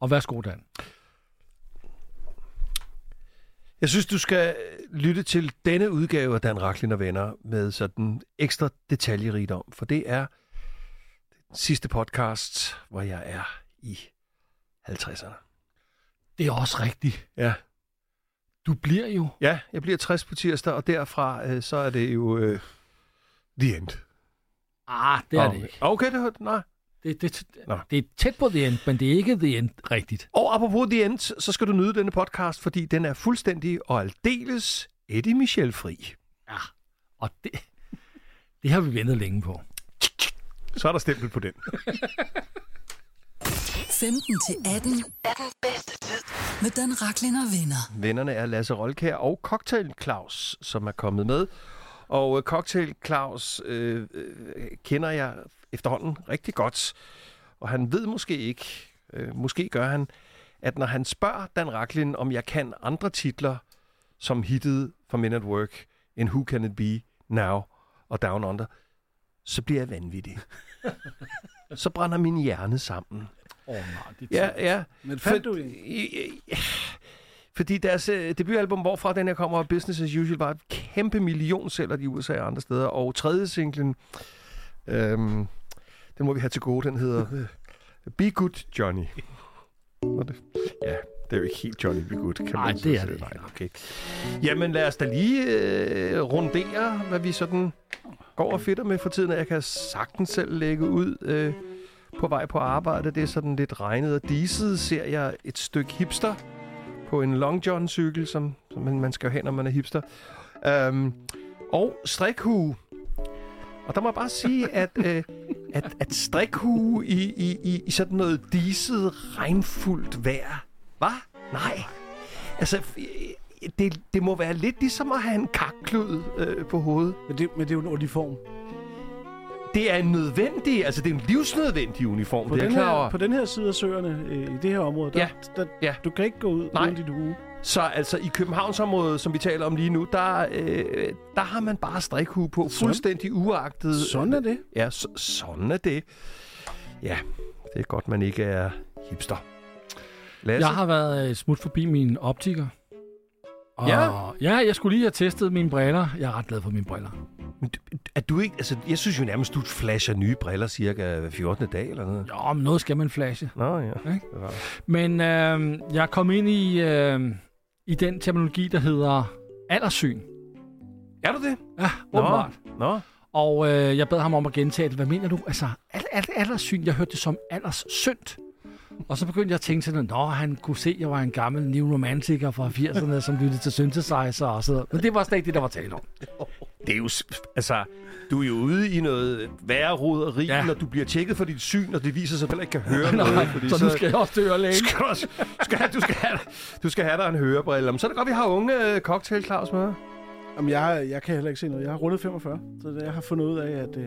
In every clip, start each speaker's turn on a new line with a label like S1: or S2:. S1: Og værsgo, Dan.
S2: Jeg synes, du skal lytte til denne udgave af Dan Raklin og Venner med sådan ekstra detaljerigdom, for det er den sidste podcast, hvor jeg er i 50'erne.
S1: Det er også rigtigt.
S2: Ja.
S1: Du bliver jo...
S2: ja, jeg bliver 60 på tirsdag, og derfra øh, så er det jo øh, the end.
S1: Ah, det er det ikke.
S2: Okay, det, var- nej.
S1: Det, det,
S2: Nå.
S1: det er tæt på the end, men det er ikke the end rigtigt.
S2: Og apropos The End, så skal du nyde denne podcast, fordi den er fuldstændig og aldeles Eddie Michel fri.
S1: Ja. Og det, det har vi ventet længe på.
S2: Så er der stempel på den.
S3: 15 til 18 er den bedste tid med Dan Raklin og venner.
S2: Vennerne er Lasse Rolkær og Cocktail Claus, som er kommet med. Og øh, Cocktail Claus øh, øh, kender jeg efterhånden rigtig godt. Og han ved måske ikke, øh, måske gør han, at når han spørger Dan Raklin, om jeg kan andre titler, som hittede for Men at Work, end Who Can It Be, Now og Down Under, så bliver jeg vanvittig. så brænder min hjerne sammen.
S1: Åh oh, nej, det
S2: Ja, ja.
S4: Men fandt
S2: For-
S4: du en?
S2: Ja, Fordi deres øh, debutalbum, hvorfra den her kommer, Business as Usual, var et kæmpe millionsælger i USA og andre steder. Og tredje singlen, øhm, den må vi have til gode, den hedder øh, Be Good Johnny. Og det, ja, det er jo ikke helt Johnny Be Good, kan
S1: Nej,
S2: man så
S1: det er
S2: sige.
S1: det
S2: Nej,
S1: ikke.
S2: okay. Jamen lad os da lige øh, rundere, hvad vi sådan går og fedter med for tiden. og Jeg kan sagtens selv lægge ud... Øh, på vej på arbejde. Det er sådan lidt regnet og diset, ser jeg et stykke hipster på en Long John-cykel, som, som man- man skal jo have, når man er hipster. Øhm, og strikhue. Og der må jeg bare sige, at, øh, at, at strikhue i, i, i, i sådan noget diset, regnfuldt vejr. Hvad? Nej. Altså, f- det, det må være lidt ligesom at have en kakklud øh, på hovedet.
S4: Men det, men det er jo en uniform.
S2: Det er en nødvendig, altså det er en livsnødvendig uniform,
S4: På,
S2: det er
S4: den
S2: jeg klar
S4: her,
S2: over.
S4: på den her side af søerne, øh, i det her område, der,
S2: Ja.
S4: der,
S2: Ja.
S4: du kan ikke gå ud
S2: Nej.
S4: uden dit hue.
S2: Så altså i Københavnsområdet, som vi taler om lige nu, der, øh, der har man bare strikhue på, sådan.
S4: Sådan.
S2: fuldstændig uagtet.
S4: Sådan er det.
S2: Ja, så, sådan er det. Ja, det er godt, man ikke er hipster. Lasse?
S1: Jeg har været øh, smut forbi min optiker. Og
S2: Ja.
S1: ja, jeg skulle lige have testet mine briller. Jeg er ret glad for mine briller.
S2: Men du- Er du ikke, altså, jeg synes jo nærmest, du flasher nye briller cirka hver 14. dag eller noget.
S1: Jo, men noget skal man flashe.
S2: Nå ja.
S1: Ikke?
S2: Det var-
S1: Men øh, jeg er kommet ind i, øh, i den terminologi, der hedder alderssyn.
S2: Er du det?
S1: Ja, åbenbart.
S2: Nå,
S1: Og øh, jeg bad ham om at gentage det. Hvad mener du? Altså, al, al, alderssyn. Jeg hørte det som alderssynd. Og så begyndte jeg at tænke sådan, at "Nå, han kunne se, at jeg var en gammel new romantiker fra 80'erne, som lyttede til synthesizer og sådan noget." Men det var slet ikke det, der var tale om.
S2: det er jo, s- altså, du er jo ude i noget værre roderi, ja.
S1: Ja.
S2: når du bliver tjekket for dit syn, og det viser sig, at du heller ikke kan høre
S1: Nej,
S2: noget. fordi
S1: så nu skal jeg også døre længe.
S2: skal du, også- skal, du, skal have, du skal have dig en hørebrille. Men så er det godt, vi har unge øh, cocktail Claus med.
S4: Jamen, jeg, har- jeg kan heller ikke se noget. Jeg har rundet 45, så det- jeg har fundet ud af, at, øh,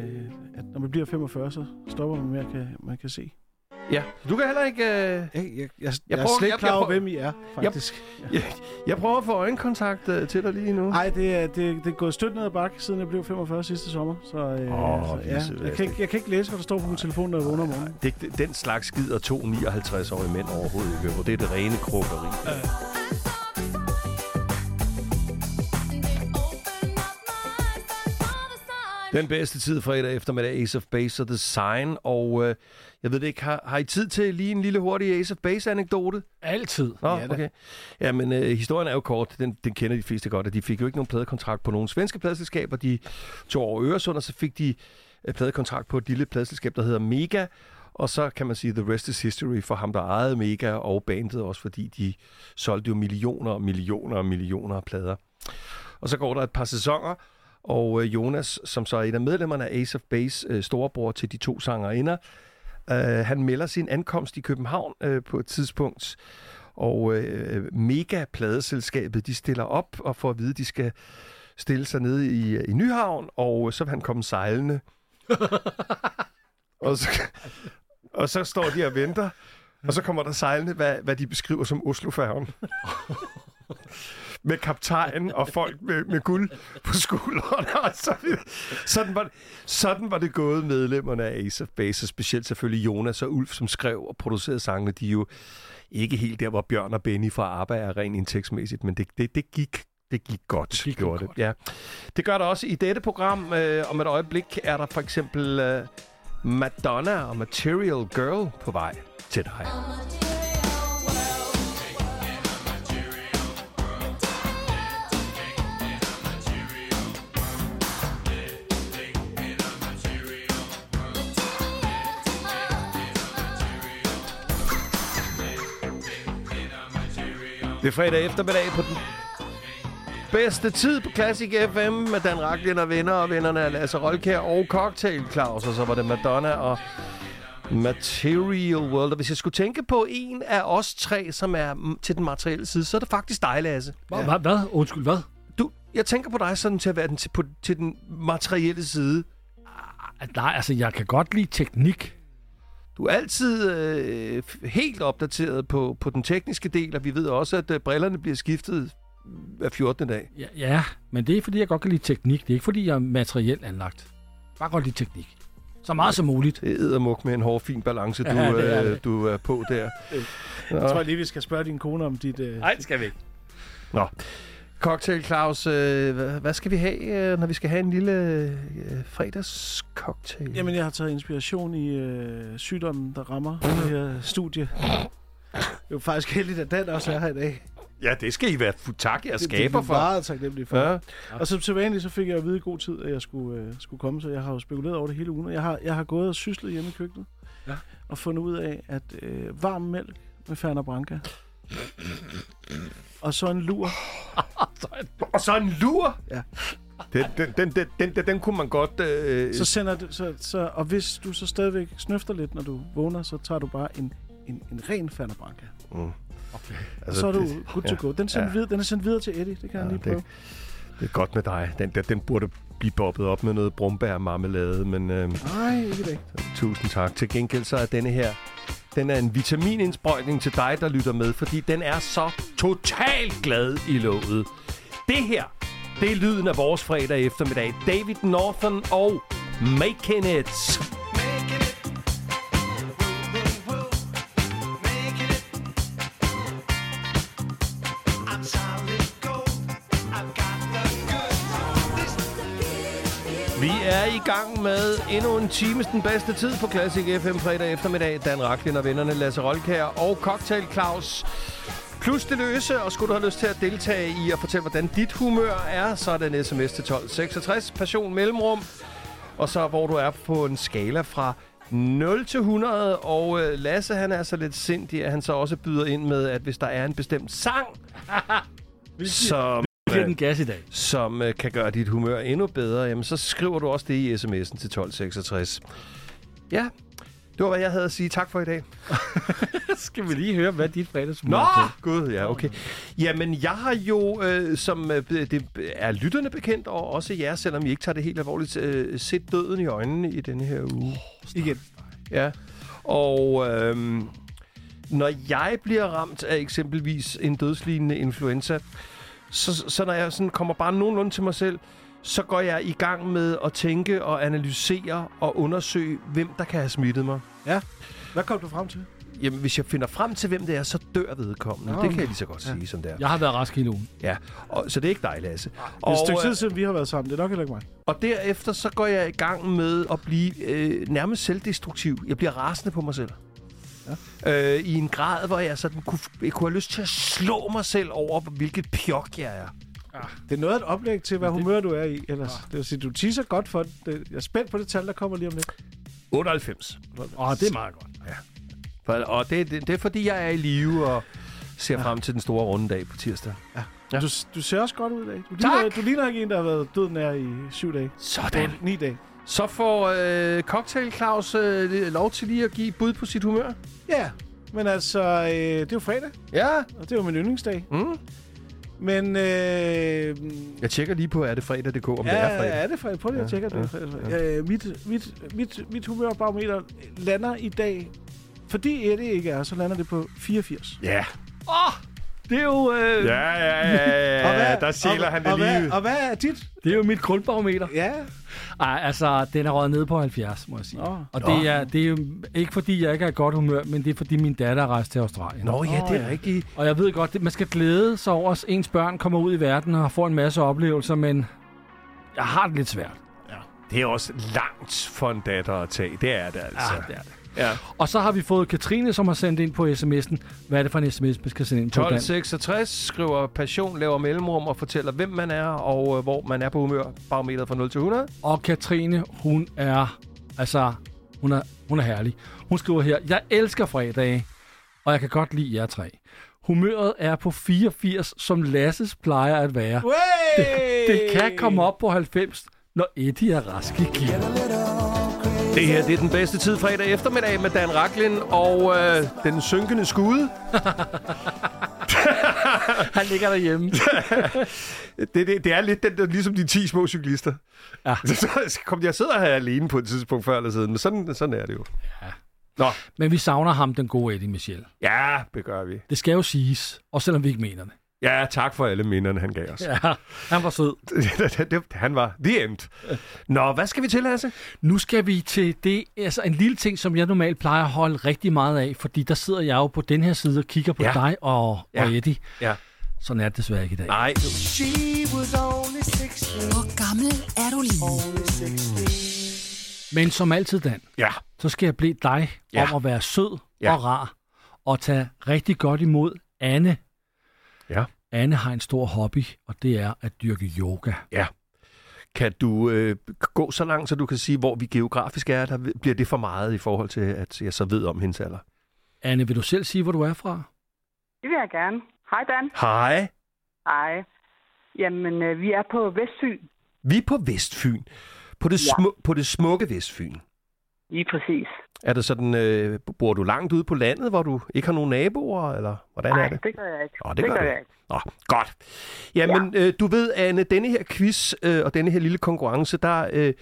S4: at når man bliver 45, så stopper man med, at kan, man kan se.
S2: Ja. Du kan heller ikke... Øh,
S4: Jeg, jeg, jeg, jeg, jeg er
S2: prøver- jeg-
S4: slet ikke klar
S2: jeg
S4: over,
S2: prøver-
S4: hvem I er, faktisk.
S2: jeg, jeg prøver at få øjenkontakt øh, til dig lige nu.
S4: Nej, det er, det, det er gået stødt ned ad bakke, siden jeg blev 45 sidste sommer. Så, øh,
S2: Åh,
S4: så,
S2: Lise
S4: jeg, kan ikke, jeg kan ikke læse, hvad der står på min telefon, når jeg vågner om morgenen.
S2: Det, det- den slags skider to 59-årige mænd overhovedet ikke. Og det er det rene krukkeri. Den bedste tid fredag eftermiddag, Ace of Base og The Sign. Og øh, jeg ved det ikke, har, har I tid til lige en lille hurtig Ace of Base-anekdote?
S1: Altid.
S2: Nå,
S4: Ja
S2: ja,
S4: da.
S2: okay. Ja, men øh, historien er jo kort. Den, den kender de fleste godt, at de fik jo ikke nogen pladekontrakt på nogen svenske pladeselskaber. De tog over Øresund, og så fik de øh, pladekontrakt på et lille pladeselskab, der hedder Mega. Og så kan man sige, the rest is history for ham, der ejede Mega og bandet også, fordi de solgte jo millioner og millioner og millioner af plader. Og så går der et par sæsoner, og øh, Jonas, som så er en af medlemmerne af Ace of Base, øh, storebror til de to sangerinder, øh, han melder sin ankomst i København øh, på et tidspunkt, og øh, mega pladeselskabet, de stiller op og får at vide, de skal stille sig nede i, i Nyhavn, og så vil han komme sejlende. og, så, og så står de og venter, og så kommer der sejlende, hvad, hvad de beskriver som Oslofærgen. med kaptajn og folk med, med guld på skuldrene og så videre. Sådan var, sådan var det gået medlemmerne af Ace of Base, og specielt selvfølgelig Jonas og Ulf, som skrev og producerede sangene. De er jo Ikke helt der, hvor Bjørn og Benny fra ABBA er rent indtægtsmæssigt, men det, det, det gik det gik godt, det gik gjorde det. Godt. Ja. Det gør det også i dette program. Øh, om et øjeblik er der for eksempel øh, Madonna og Material Girl på vej til dig. Det er fredag eftermiddag på den bedste tid på Classic FM med Dan Raklin og venner, og vennerne er Lasse Rolkær og Cocktail Claus, og så var det Madonna og Material World. Og hvis jeg skulle tænke på en af os tre, som er mm, til den materielle side, så er det faktisk dig, Lasse.
S1: Hvad? Hvad? hvad? Undskyld, hvad?
S2: Du, jeg tænker på dig sådan til at være den, til, på, til den materielle side.
S1: Ah, Nej, altså, jeg kan godt lide teknik.
S2: Du er altid øh, f- helt opdateret på, på den tekniske del, og vi ved også, at øh, brillerne bliver skiftet hver 14. dag.
S1: Ja, ja, men det er, fordi jeg godt kan lide teknik. Det er ikke, fordi jeg er materielt anlagt. Bare godt lide teknik. Så meget som muligt.
S2: Det er eddermuk med en hård, fin balance, du,
S1: Ja,
S2: ja,
S1: det er
S2: er,
S1: det.
S2: øh, du er på der.
S4: Jeg tror lige, vi skal spørge din kone om dit... Øh,
S2: Nej, det skal vi ikke. Nå. Cocktail Claus, øh, hva- hvad skal vi have, øh, når vi skal have en lille øh, fredagscocktail?
S4: Jamen, jeg har taget inspiration i øh, sygdommen, der rammer det her studie. Det er jo faktisk heldigt, at den også er her i dag.
S2: ja, det skal I være fu- tak, jeg
S4: Det- det er
S2: skaber
S4: vi
S2: for.
S4: meget taknemmelig for. Ja.
S2: Ja.
S4: Og som til vanligt, så fik jeg at vide i god tid, at jeg skulle, øh, skulle komme, så jeg har jo spekuleret over det hele ugen. Og Jeg har, jeg har gået og syslet hjemme i køkkenet
S1: Ja.
S4: ja. og fundet ud af, at øh, varm mælk med Ferner Branca og så en lur.
S2: Og så en lur!
S4: Ja.
S2: Den, den, den, den, den, den, den kunne man godt... Øh,
S4: Så sender du, så, så, og hvis du så stadigvæk snøfter lidt, når du vågner, så tager du bare en, en, en ren Ferner Branca. Og så er du good to
S2: Altså, ja.
S4: go. Den,
S2: Ja.
S4: ja. videre, den er sendt videre til Eddie, det kan ja,
S2: Ja,
S4: han lige
S2: det er
S4: prøve.
S2: Det er godt med dig. Den, der, den burde blive bobbet op med noget brumbær-marmelade, men øh,
S4: Nej, ikke i dag.
S2: tusind tak. Til gengæld så er denne her, den er en vitaminindsprøjtning til dig, der lytter med, fordi den er så totalt glad i låget. Det her, det er lyden af vores fredag eftermiddag. David Northern og Making It. Vi er i gang med endnu en times den bedste tid på Classic FM fredag eftermiddag. Dan Raklin og vennerne Lasse Rolkær og Cocktail Claus. Plus det løse, og skulle du have lyst til at deltage i og fortælle, hvordan dit humør er, så er den sms til 1266, passion mellemrum, og så hvor du er på en skala fra 0 til 100, og øh, Lasse han er så lidt sindig, at han så også byder ind med, at hvis der er en bestemt sang, som
S1: Giv den gas i dag.
S2: som øh, kan gøre dit humør endnu bedre, jamen så skriver du også det i sms'en til 1266. Ja, det var, hvad jeg havde at sige. Tak for i dag.
S1: Skal vi lige høre, hvad dit fredagsmøde
S2: Nå! Gud, ja, okay. Jamen, jeg har jo, øh, som øh, det er lytterne bekendt, og også jer, selvom I ikke tager det helt alvorligt, øh, set døden i øjnene i denne her uge.
S4: Igen.
S2: Ja, og øhm, når jeg bliver ramt af eksempelvis en dødslignende influenza, så, så når jeg sådan kommer bare nogenlunde til mig selv, så går jeg i gang med at tænke og analysere og undersøge, hvem der kan have smittet mig.
S4: Hvad kom du frem til?
S2: Jamen, hvis jeg finder frem til, hvem det er, så dør vedkommende.
S4: Nå,
S2: det kan jeg
S4: okay.
S2: lige så godt sige, som det er.
S1: Jeg har været rask hele ugen.
S2: Ja. Og, så det er ikke dig, Lasse.
S4: Det er et stykke
S2: øh,
S4: tid siden, vi har været sammen. Det er nok heller ikke mig.
S2: Og derefter så går jeg i gang med at blive øh, nærmest selvdestruktiv. Jeg bliver rasende på mig selv. Ja. Øh, I en grad, hvor jeg sådan kunne, jeg kunne have lyst til at slå mig selv over, hvilket pjok jeg er.
S4: Det er noget af et oplæg til, hvad humør du er i ellers.
S2: Ah.
S4: Det vil sige, du teaser godt for det. Jeg er spændt på det tal, der kommer lige om lidt.
S2: 98.
S1: Åh, det er meget godt.
S2: For, og det, det, det er fordi, jeg er i live og ser ja. frem til den store runde dag på tirsdag.
S4: Ja. Du, du ser også godt ud i dag. Du
S2: Tak!
S4: ligner, du ligner ikke en, der har været død nær i syv dage.
S2: Sådan.
S4: Ni dage.
S2: Så får øh, Cocktail Claus øh, lov til lige at give et bud på sit humør.
S4: Ja, men altså, øh, det er jo fredag,
S2: Ja.
S4: og det er jo min yndlingsdag.
S2: Mm.
S4: Men øh,
S2: Jeg tjekker lige på, er det fredag.dk, om ja, det
S4: ja,
S2: er fredag.
S4: er det fredag? Prøv lige at
S2: Ja,
S4: tjekke, at det
S2: ja,
S4: er fredag. Ja. Øh, mit, mit, mit, mit humørbarometer lander i dag, fordi Eddie ikke er, så lander det på 84.
S2: Ja. Åh!
S1: Det er jo, øh, ja.
S2: Ja, ja, ja, ja, ja. der sjæler
S4: og,
S2: han det
S4: og
S2: lige.
S4: Hvad, og hvad er dit?
S1: det er jo mit grundbarometer.
S4: Ja.
S1: Ej, altså, den er røget ned på 70, må jeg sige.
S4: Nå.
S1: Og det er, det er jo ikke, fordi jeg ikke er i godt humør, men det er, fordi min datter er rejst til Australien.
S2: Nå, ja, det
S4: Åh,
S2: er
S4: ja.
S2: rigtigt.
S1: Og jeg ved godt, det, man skal glæde sig over, at ens børn kommer ud i verden og får en masse oplevelser, men jeg har det lidt svært.
S2: Det er også langt for en datter at tage. Det er det altså.
S1: Ah, Ja, det er det.
S2: Ja.
S1: Og så har vi fået Katrine, som har sendt ind på sms'en. Hvad er det for en sms, vi skal sende ind på? Dan?
S2: 1266 skriver passion, laver mellemrum og fortæller, hvem man er og øh, hvor man er på humør. Barometeret fra 0 til 100.
S1: Og Katrine, hun er, altså, hun er, hun er herlig. Hun skriver her, jeg elsker fredage, og jeg kan godt lide jer tre. Humøret er på 84, som Lasses plejer at være. Det, det kan komme op på 90, når Eddie er rask i gear.
S2: Det her det er den bedste tid fredag eftermiddag med Dan Raklin og øh, den synkende skude.
S1: Han ligger derhjemme.
S2: Det, det, det er lidt den, der, ligesom de 10 små cyklister. Ja. Så kom jeg sidder her alene på et tidspunkt før eller siden, men sådan, sådan er det jo. Ja. Nå,
S1: Men vi savner ham, den gode Eddie Michel.
S2: ja, det gør vi.
S1: Det skal jo siges, og selvom vi ikke mener det.
S2: Ja, tak for alle minderne, han gav os. Ja.
S1: Ja, han var sød.
S2: det, det, han var the end. Nå, hvad skal vi til, Lasse?
S1: Nu skal vi til det, altså en lille ting, som jeg normalt plejer at holde rigtig meget af, fordi der sidder jeg jo på den her side og kigger på
S2: Ja.
S1: ja. dig og, ja. og
S2: Ja.
S1: Eddie.
S2: Ja.
S1: Sådan er det desværre ikke i dag.
S2: Nej,
S3: Hvor gammel er du lige?
S1: Men som altid, Dan,
S2: ja.
S1: så skal jeg blive dig
S2: Ja.
S1: ja. om at være sød
S2: Ja.
S1: ja. og rar og tage rigtig godt imod Anne.
S2: Ja.
S1: Anne har en stor hobby, og det er at dyrke yoga.
S2: Kan du øh, gå så langt, så du kan sige, hvor vi geografisk er? Der bliver det for meget i forhold til, at jeg så ved om hendes alder.
S1: Anne, vil du selv sige, hvor du er fra?
S5: Det vil jeg gerne. Hej, Dan.
S2: Hej.
S5: Hej. Jamen, øh, vi er på Vestfyn.
S2: Vi er på Vestfyn. På det,
S5: Ja.
S2: smu- på det smukke Vestfyn.
S5: Lige præcis.
S2: Er det sådan, øh, bor du langt ude på landet, hvor du ikke har nogen naboer, eller hvordan
S5: Nej,
S2: er det?
S5: det gør jeg ikke.
S2: Nå, det gør du.
S5: jeg ikke.
S2: Nå, godt. Jamen, ja. øh, du ved, Anne, denne her quiz øh, og denne her lille konkurrence, der, øh,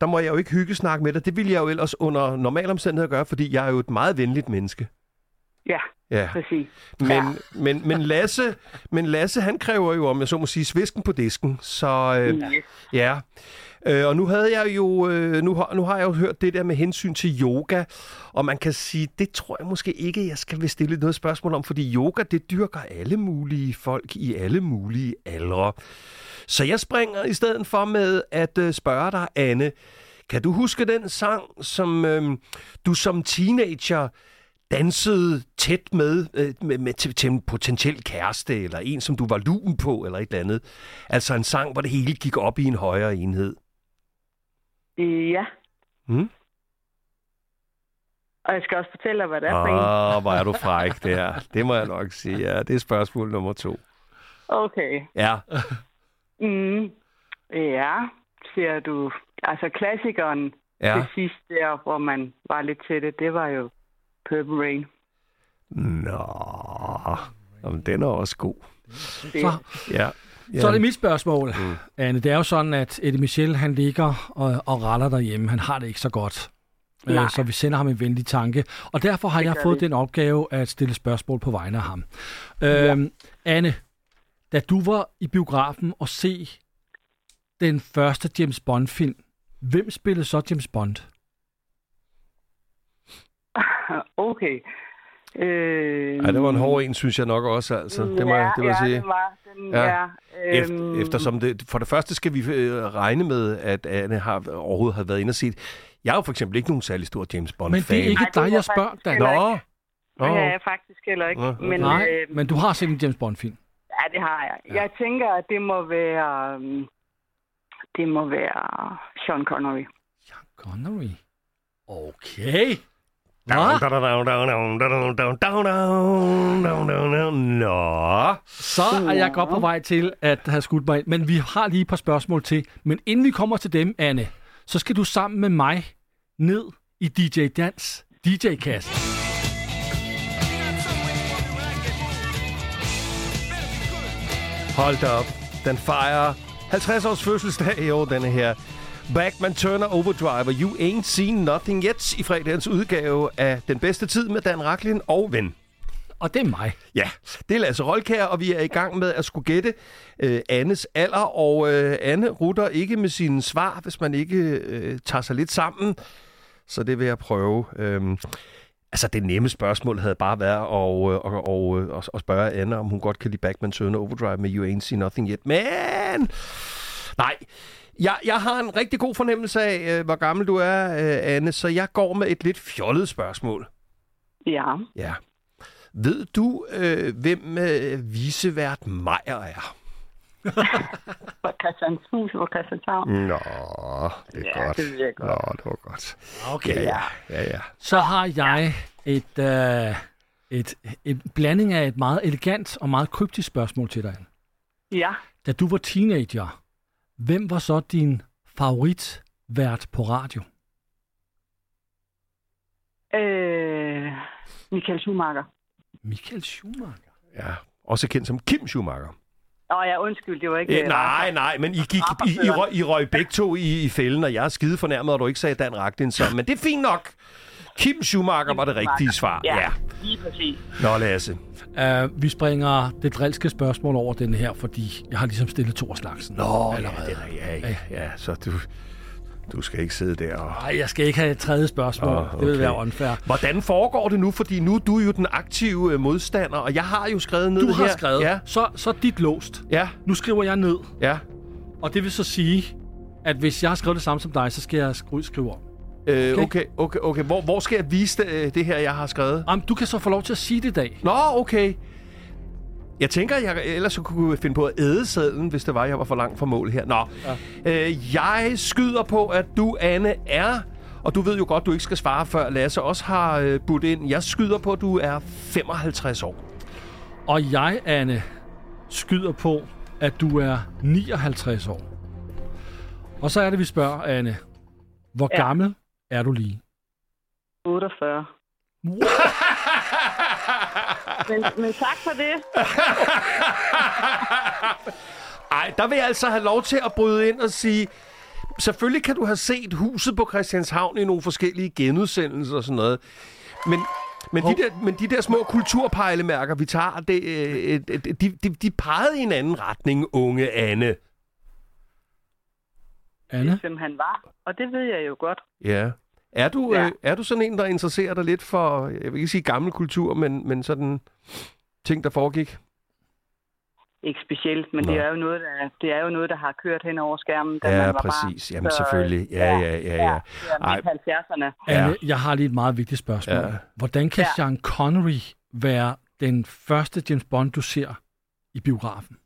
S2: der må jeg jo ikke hygge snakke med dig. Det ville jeg jo ellers under normale omstændigheder gøre, fordi jeg er jo et meget venligt menneske.
S5: Ja,
S2: Ja.
S5: præcis.
S2: Men,
S5: Ja.
S2: men, men, Lasse, men Lasse, han kræver jo, om jeg så må sige, svisken på disken. Så øh,
S5: Yes.
S2: ja. Øh, og nu havde jeg jo øh, nu, har, nu har jeg jo hørt det der med hensyn til yoga, og man kan sige, det tror jeg måske ikke, jeg skal vil stille noget spørgsmål om, fordi yoga, det dyrker alle mulige folk i alle mulige aldre. Så jeg springer i stedet for med at øh, spørge dig, Anne, kan du huske den sang, som øh, du som teenager dansede tæt med, øh, med, med til, til en potentiel kæreste, eller en, som du var lun på, eller et eller andet? Altså en sang, hvor det hele gik op i en højere enhed.
S5: Øh, Ja.
S2: Mm.
S5: Og jeg skal også fortælle dig, hvad det er for en.
S2: Åh, hvor er du fræk der. Det må jeg nok sige. Ja, det er spørgsmål nummer to.
S5: Okay.
S2: Ja,
S5: Mm. Ja, ser du. Altså, klassikeren ja.
S2: ja.
S5: det sidste der, hvor man var lidt til det, det var jo Purple Rain.
S2: Nå, Jamen, den er også god.
S5: Det,
S1: Så-
S2: Ja. ja.
S1: Så er det mit spørgsmål, mm. Anne. Det er jo sådan, at Eddie Michel, han ligger og, og raller derhjemme. Han har det ikke så godt.
S5: Nej.
S1: Øh, Så vi sender ham en venlig tanke. Og derfor har jeg
S5: gør
S1: fået
S5: vi.
S1: den opgave at stille spørgsmål på vegne af ham. Øhm, Anne, da du var i biografen og se den første James Bond-film, hvem spillede så James Bond?
S5: okay. Øh,
S2: Ej, det var en hård en, synes jeg nok også, altså. Det må,
S5: Mm. ja,
S2: det må jeg
S5: ja,
S2: sige.
S5: Den var, den, øhm,
S2: Ja.
S5: ja. Ja,
S2: Efter, eftersom det, for det første skal vi øh, regne med, at Anne har, overhovedet har været inde og set. Jeg er jo for eksempel ikke nogen særlig stor James
S1: Men
S2: Bond-fan.
S1: det er ikke
S5: Nej, det var
S1: dig, jeg
S5: faktisk
S1: spørger, Dan.
S5: heller ikke.
S2: Nå! Nå,
S5: Det er jeg faktisk heller ikke.
S2: Nå, okay.
S5: Men,
S1: Nej,
S5: øh,
S1: men du har set en James Bond-film.
S5: ja, det har jeg. Ja. Jeg tænker, at det må være... øhm, Det må være Sean Connery.
S1: Connery. Okay. Nå,
S2: Nå.
S1: Så er jeg godt på vej til at have skudt mig ind. Men vi har lige et par spørgsmål til. Men inden vi kommer til dem, Anne, så skal du sammen med mig ned i DJ Dans DJ-kasse.
S2: Hold da op. Den fejrer 50 års fødselsdag i år, denne her. Backman Turner Overdriver, You Ain't Seen Nothing Yet i fredagens udgave af Den Bedste Tid med Dan Raklin og Ven.
S1: Og det er mig.
S2: Ja, det er Lasse Rolkær, og vi er i gang med at skulle gætte øh, Annes alder. Og øh, Anne rutter ikke med sine svar, hvis man ikke øh, tager sig lidt sammen. Så det vil jeg prøve. Øhm, altså, det nemme spørgsmål havde bare været at, øh, og, og, øh, at spørge Anne, om hun godt kan lide Backman Turner Overdrive med You Ain't Seen Nothing Yet. Men... Nej, jeg, jeg har en rigtig god fornemmelse af, øh, hvor gammel du er, øh, Anne, så jeg går med et lidt fjollet spørgsmål.
S5: Ja.
S2: Ja. Ved du, øh, hvem øh, visevært Meier er?
S5: Fra Christianshus, hvor Christianshavn.
S2: Mm. Nå, det er
S5: Ja,
S2: godt.
S5: det ved jeg godt.
S2: Nå, det var godt.
S1: Okay.
S2: Ja, ja, ja.
S1: Så har jeg et, øh, et, et blanding af et meget elegant og meget kryptisk spørgsmål til dig.
S5: Ja.
S1: Da du var teenager, hvem var så din favoritvært på radio?
S5: Øh, Michael Schumacher.
S1: Michael Schumacher.
S2: ja. Også kendt som Kim Schumacher.
S5: Åh ja, undskyld, det var ikke... øh,
S2: Æ, nej, nej, men I, gik, I, I, røg, I røg begge to i, i fælden, og jeg er skide fornærmet, og du ikke sagde Dan Ragtin, så, men det er fint nok. Kim Schumacher var det rigtige svar.
S5: Ja, ja. lige præcis.
S2: Nå, Lasse.
S1: Uh, vi springer det drilske spørgsmål over den her, fordi jeg har ligesom stillet to af slagsen.
S2: Nå, ja, det er, ja, ja, ja, så du, du skal ikke sidde der og...
S1: Nej, jeg skal ikke have et tredje spørgsmål.
S2: Åh,
S1: Oh, okay. Det vil
S2: okay.
S1: være unfair.
S2: Hvordan foregår det nu? Fordi nu er du jo den aktive øh, modstander, og jeg har jo skrevet ned
S1: Du har
S2: her.
S1: skrevet,
S2: Ja,
S1: ja. så, så er dit låst.
S2: ja,
S1: Nu skriver jeg ned,
S2: ja.
S1: og det vil så sige, at hvis jeg har skrevet det samme som dig, så skal jeg skri- skrive om.
S2: Øh,
S1: Okay.
S2: okay, okay, okay. Hvor, hvor skal jeg vise det, øh, det her, jeg har skrevet?
S1: Jamen, du kan så få lov til at sige det i dag.
S2: Nå, okay. Jeg tænker, jeg ellers kunne finde på at æde sadlen, hvis det var, jeg var for langt fra mål her. Nå, ja. øh, jeg skyder på, at du, Anne, er... Og du ved jo godt, du ikke skal svare, før Lasse også har øh, budt ind. Jeg skyder på, at du er 55 år.
S1: Og jeg, Anne, skyder på, at du er 59 år. Og så er det, vi spørger, Anne. Hvor ja.
S5: Ja.
S1: gammel er du lige?
S5: 48. Men, men tak for det.
S2: Ej, der vil jeg altså have lov til at bryde ind og sige, selvfølgelig kan du have set huset på Christianshavn i nogle forskellige genudsendelser og sådan noget, men, men, de, der, men de der små kulturpejlemærker, vi tager, det, øh, øh, de, de, de pegede i en anden retning, unge Anne.
S1: Anne?
S5: Hvem han var, og det ved jeg jo godt.
S2: Ja. Er du,
S5: Ja.
S2: øh, er du sådan en, der interesserer dig lidt for, jeg vil ikke sige gammel kultur, men, men sådan ting, der foregik?
S5: Ikke specielt, men
S2: Nå.
S5: det er, jo noget, der, det er jo noget, der har kørt hen over skærmen, da
S2: Ja,
S5: man var
S2: præcis.
S5: barn.
S2: Jamen
S5: Så,
S2: selvfølgelig. Ja, ja, ja, ja.
S5: Det er midt 70'erne.
S2: Ja.
S1: Anne, jeg har lige et meget vigtigt spørgsmål.
S2: Ja.
S1: Ja. Hvordan kan
S5: Ja.
S1: Sean Connery være den første James Bond, du ser i biografen?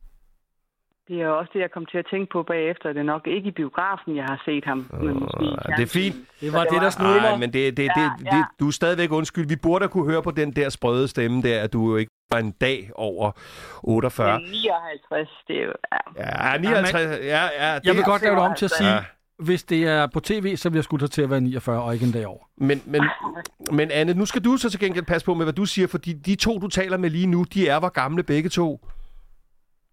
S5: Det er jo også det, jeg kom til at tænke på bagefter. Det er nok ikke i biografen, jeg har set ham. Oh, men måske i
S2: det er
S5: fjernsynet.
S2: fint.
S1: Det var det, der snød
S2: Nej,
S1: mig.
S2: men det, det, det,
S5: Ja,
S2: det,
S5: ja.
S2: det, du er stadigvæk undskyld. Vi burde have kunne høre på den der sprøde stemme der, at du jo ikke var en dag over 48.
S5: Men 59, det er jo... Ja.
S2: Ja, 59. Ja, ja, det,
S1: Jeg vil godt lave det om til at sige,
S2: Ja.
S1: hvis det er på tv, så vil jeg skulle dig til at være 49 og ikke en dag over.
S2: Men, men, men Anne, nu skal du så til gengæld passe på med, hvad du siger, fordi de to, du taler med lige nu, de er hvor gamle begge to.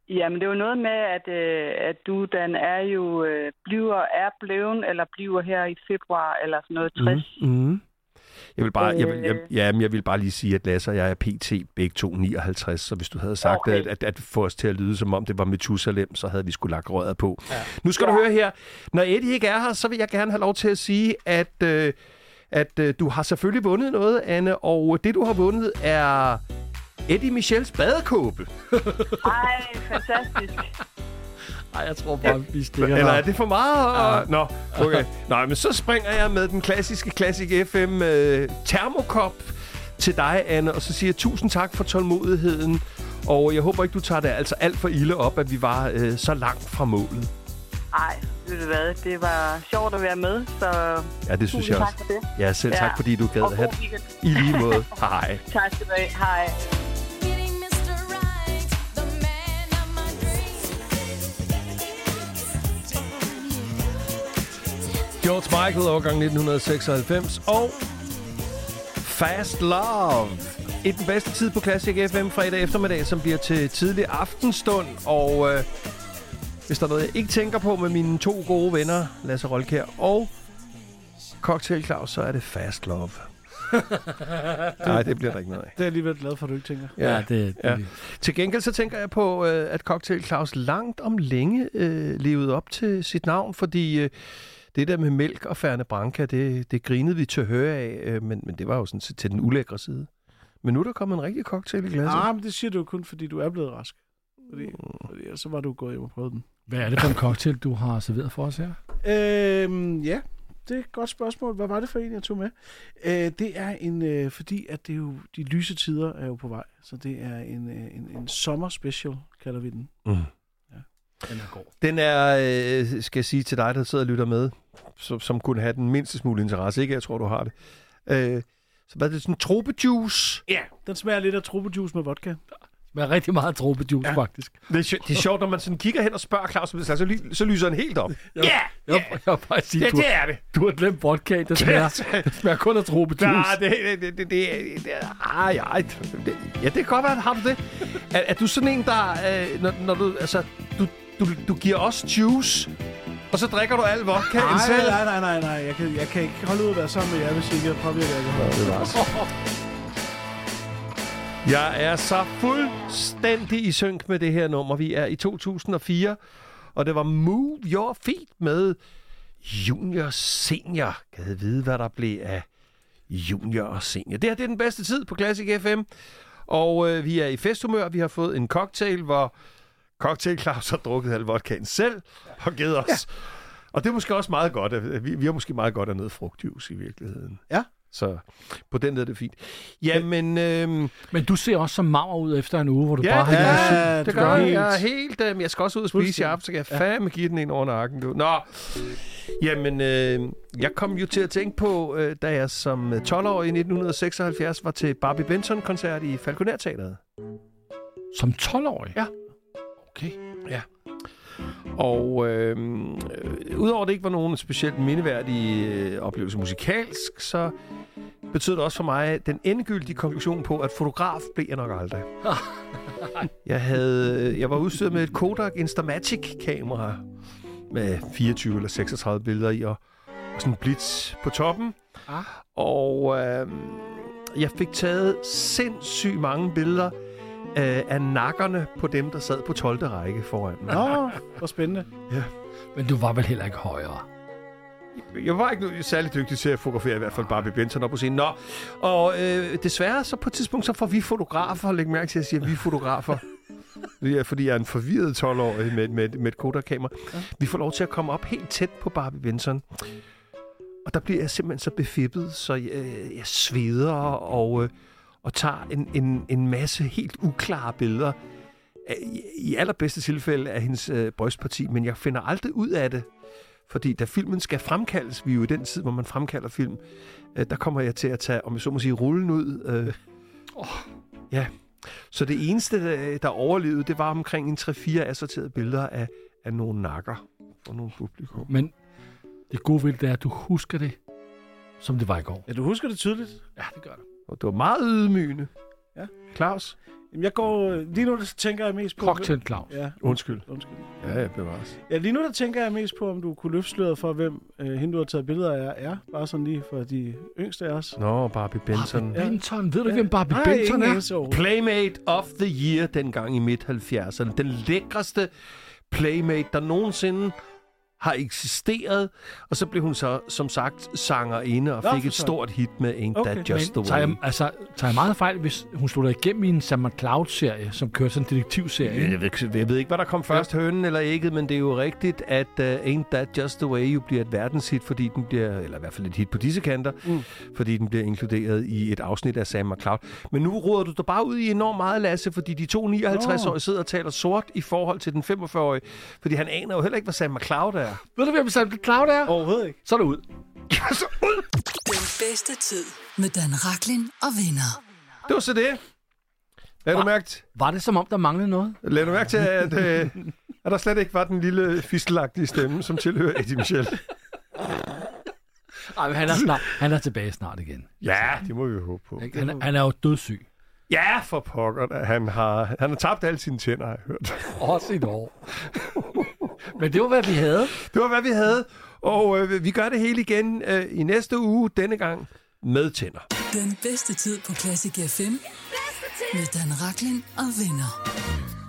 S5: Jamen, det var noget med, at, øh, at du, Dan, er jo øh, bliver, er bleven, eller bliver her i februar, eller sådan noget 60. Mm.
S2: Mm. Jeg vil, bare, jeg, vil, jeg,
S5: Øh.
S2: ja, jeg vil bare lige sige, at Lasse og jeg er pt. begge to 59, så hvis du havde sagt, okay.
S5: Okay.
S2: at, at, at få os til at lyde, som om det var Methusalem, så havde vi skulle lagt røret på. Ja. Nu skal ja. du høre her. Når Eddie ikke er her, så vil jeg gerne have lov til at sige, at, øh, at øh, du har selvfølgelig vundet noget, Anne, og det, du har vundet, er Eddie Michels badekåbe.
S5: Ej, fantastisk.
S1: Nej, jeg tror bare, vi stikker
S2: Eller er
S1: dig.
S2: det for meget? Ja. Nå, okay. Nej, men så springer jeg med den klassiske Classic FM øh, termokop til dig, Anne, og så siger jeg tusind tak for tålmodigheden. Og jeg håber ikke, du tager det altså alt for ilde op, at vi var øh, så langt fra målet.
S5: Ej, ved du hvad, det var sjovt at være med, så
S2: Ja, det synes
S5: tusind
S2: jeg
S5: tak
S2: også.
S5: for det.
S2: Ja, selv tak,
S5: Ja.
S2: fordi du gad
S5: Og
S2: at have
S5: god
S2: det.
S5: weekend.
S2: I lige måde. Hej.
S5: Tak skal du have. Hej.
S6: Getting Mr. Right, the man of my dreams.
S2: George Michael, årgang 1996, og Fast Love. I den bedste tid på Classic FM fredag eftermiddag, som bliver til tidlig aftenstund. Og øh, hvis der er noget, jeg ikke tænker på med mine to gode venner, Lasse Rolkær og Cocktail Claus, så er det Fast Love. Nej, det bliver der ikke noget af.
S4: Det er jeg alligevel glad for, at du ikke tænker.
S1: Ja, ja det, det
S2: ja. Til gengæld så tænker jeg på, øh, at Cocktail Claus langt om længe øh, levede op til sit navn, fordi øh, det der med mælk og færne branca, det, det grinede vi til at høre af, øh, men, men det var jo sådan set til den ulækre side. Men nu er der kommet en rigtig cocktail i glasset.
S4: Nej, Ah, men det siger du jo kun, fordi du er blevet rask. Fordi,
S2: Mm.
S4: fordi ellers så var du gået hjem og prøvet den.
S1: Hvad er det for en cocktail, du har serveret for os her?
S4: Øhm, ja, det er et godt spørgsmål. Hvad var det for en, jeg tog med? Øh, det er en, øh, fordi at det er jo, de lyse tider er jo på vej, så det er en, øh, en, en sommerspecial, kalder vi den.
S1: Den er god.
S2: Den er, øh, skal jeg sige til dig, der sidder og lytter med, som, som kunne have den mindste smule interesse, ikke? Jeg tror, du har det. Øh, så hvad er det? Sådan en tropejuice?
S4: Ja, den smager lidt af tropejuice med vodka.
S1: Med rigtig meget tropejuice, ja. faktisk.
S2: Det er, sjovt- det er sjovt, når man sådan kigger hen og spørger Claus, så, så, ly- så lyser han helt op. Ja,
S1: Jeg, jeg, jeg vil bare sige,
S2: det,
S1: du,
S2: det er det.
S1: du har glemt vodka. Det smager, det smager kun af tropejuice.
S2: Nej, det, det, det, det, det, det, ej, ej, det, ja, det kan godt være, har du det. Er, er du sådan en, der, øh, når, når du, altså, du, du, du giver os juice, og så drikker du al vodkaen
S4: Nej,
S2: selv?
S4: nej, nej, nej, nej. Jeg kan, jeg kan ikke holde ud at være sammen med jer, hvis I ikke er påvirket af det.
S2: Jeg er så fuldstændig i synk med det her nummer. Vi er i 2004, og det var Move Your Feet med Junior Senior. Kan jeg vide, hvad der blev af Junior og Senior? Det her det er den bedste tid på Classic FM, og øh, vi er i festhumør. Vi har fået en cocktail, hvor Cocktail Claus har drukket al vodkaen selv og givet os. Ja. Og det er måske også meget godt. at- Vi, vi har måske meget godt af noget frugtjuice i virkeligheden.
S4: Ja.
S2: Så på den led er det fint. Jamen, øhm,
S1: Men du ser også så mager ud efter en uge, hvor du
S2: Ja,
S1: bare har
S2: ja.
S1: været syg.
S4: Ja,
S2: det
S4: du
S2: gør
S4: er
S2: jeg.
S4: helt-
S2: Jeg er helt... Øh, jeg skal også ud og spise i aften, så kan jeg fandme give den en over nakken. Du. Nå, jamen, øh, jeg kom jo til at tænke på, øh, da jeg som øh, 12-årig i 1976 var til Barbie Benson-koncert i Falconer-teateret.
S1: Som 12-årig?
S2: Ja.
S1: Okay.
S2: Og øh, øh, udover det ikke var nogen specielt mindeværdig øh, oplevelse musikalsk, så betød det også for mig den endegyldige konklusion på, at fotograf blev jeg nok aldrig. jeg, havde, øh, jeg var udstyret med et Kodak Instamatic-kamera med 24 eller 36 billeder i, og, og sådan en blitz på toppen.
S1: Ah.
S2: Og øh, jeg fik taget sindssygt mange billeder øh, af nakkerne på dem, der sad på 12. række foran mig.
S4: Nå, hvor spændende.
S1: Men du var vel heller ikke højere?
S2: Jeg var ikke nu- særlig dygtig til at fotografere i hvert fald Barbie Benson op på scenen. Nå. Og øh, desværre, så på et tidspunkt, så får vi fotografer, læg mærke til, at jeg siger, at vi er fotografer. Det er, fordi jeg er en forvirret 12-årig med, med, med et Kodak-kamera. Vi får lov til at komme op helt tæt på Barbie Benson. Og der bliver jeg simpelthen så befippet, så jeg, jeg sveder og, øh, og tager en, en, en masse helt uklare billeder. Af- I, i allerbedste tilfælde af hendes øh, brystparti, men jeg finder aldrig ud af det. Fordi da filmen skal fremkaldes, vi er jo i den tid, hvor man fremkalder film, øh, der kommer jeg til at tage, om jeg så må sige, rullen ud. Øh, oh. Ja. Så det eneste, øh, der- der overlevede, det var omkring en 3-4 assorterede billeder af, af nogle nakker og nogle publikum.
S1: Men det gode ved det er, at du husker det, som det var i går.
S4: Ja, du husker det tydeligt.
S1: Ja, det gør du.
S2: Og det var meget ydmygende.
S4: Ja.
S2: Claus?
S4: Jamen, jeg går... øh, Lige nu der tænker jeg mest på...
S1: Cocktail Claus.
S4: Ja,
S2: Undskyld.
S4: undskyld.
S2: Ja, jeg bevares.
S4: Ja, lige nu der tænker jeg mest på, om du kunne løfte sløret for, hvem øh, hende, du har taget billeder af, er. Bare sådan lige for de yngste af os.
S2: Nå, Barbie Benson.
S1: Barbie Benton. Ved du ikke, hvem Barbie
S4: Nej,
S1: Benton
S4: ingen
S1: er?
S4: anelse overhovedet.
S2: Playmate of the Year dengang i midt-70'erne. Den lækreste playmate, der nogensinde har eksisteret. Og så blev hun så, som sagt, sangerinde og
S4: Nå,
S2: fik
S4: for
S2: et
S4: søren.
S2: stort hit med Ain't
S4: Okay.
S2: That Just
S1: Men
S2: The
S1: tager
S2: Way.
S1: jeg, altså, tager jeg meget fejl, hvis hun slutter igennem i en Sam McCloud-serie, som kører sådan en detektivserie?
S2: Jeg ved, ikke- jeg ved ikke, hvad der kom først, hønen eller ægget, men det er jo rigtigt, at uh, Ain't That Just The Way jo bliver et verdenshit, fordi den bliver, eller i hvert fald et hit på disse kanter, mm. fordi den bliver inkluderet i et afsnit af Sam McCloud. Men nu råder du dig bare ud i enormt meget, Lasse, fordi de to 59-årige sidder og taler sort i forhold til den 45-årige, fordi han aner jo heller ikke, hvad Sam McCloud er.
S1: Ved du, hvem Sam McCloud er?
S4: Overhovedet ikke.
S1: Så er det ud.
S2: Altså, ud!
S3: Den bedste tid med Dan Raklin og venner.
S2: Det var så det. Lad du mærke,
S1: Var det som om, der manglede noget?
S2: lad du mærke til, at, øh, at der slet ikke var den lille fistelagtige stemme, som tilhører Eddie Michel.
S1: Ej, men han er, snart, Mm. han er tilbage snart igen.
S2: Ja, det må vi jo håbe på.
S1: Ikke? Han, er- han er jo dødssyg.
S2: Ja, for pokker. da. Han har, han har tabt alle sine tænder, har jeg hørt.
S1: Også i et år. men det var, hvad vi havde.
S2: Det var, hvad vi havde. Og øh, vi gør det hele igen øh, i næste uge, denne gang med tænder.
S3: Den bedste tid på Classic FM med Dan Raklin og venner.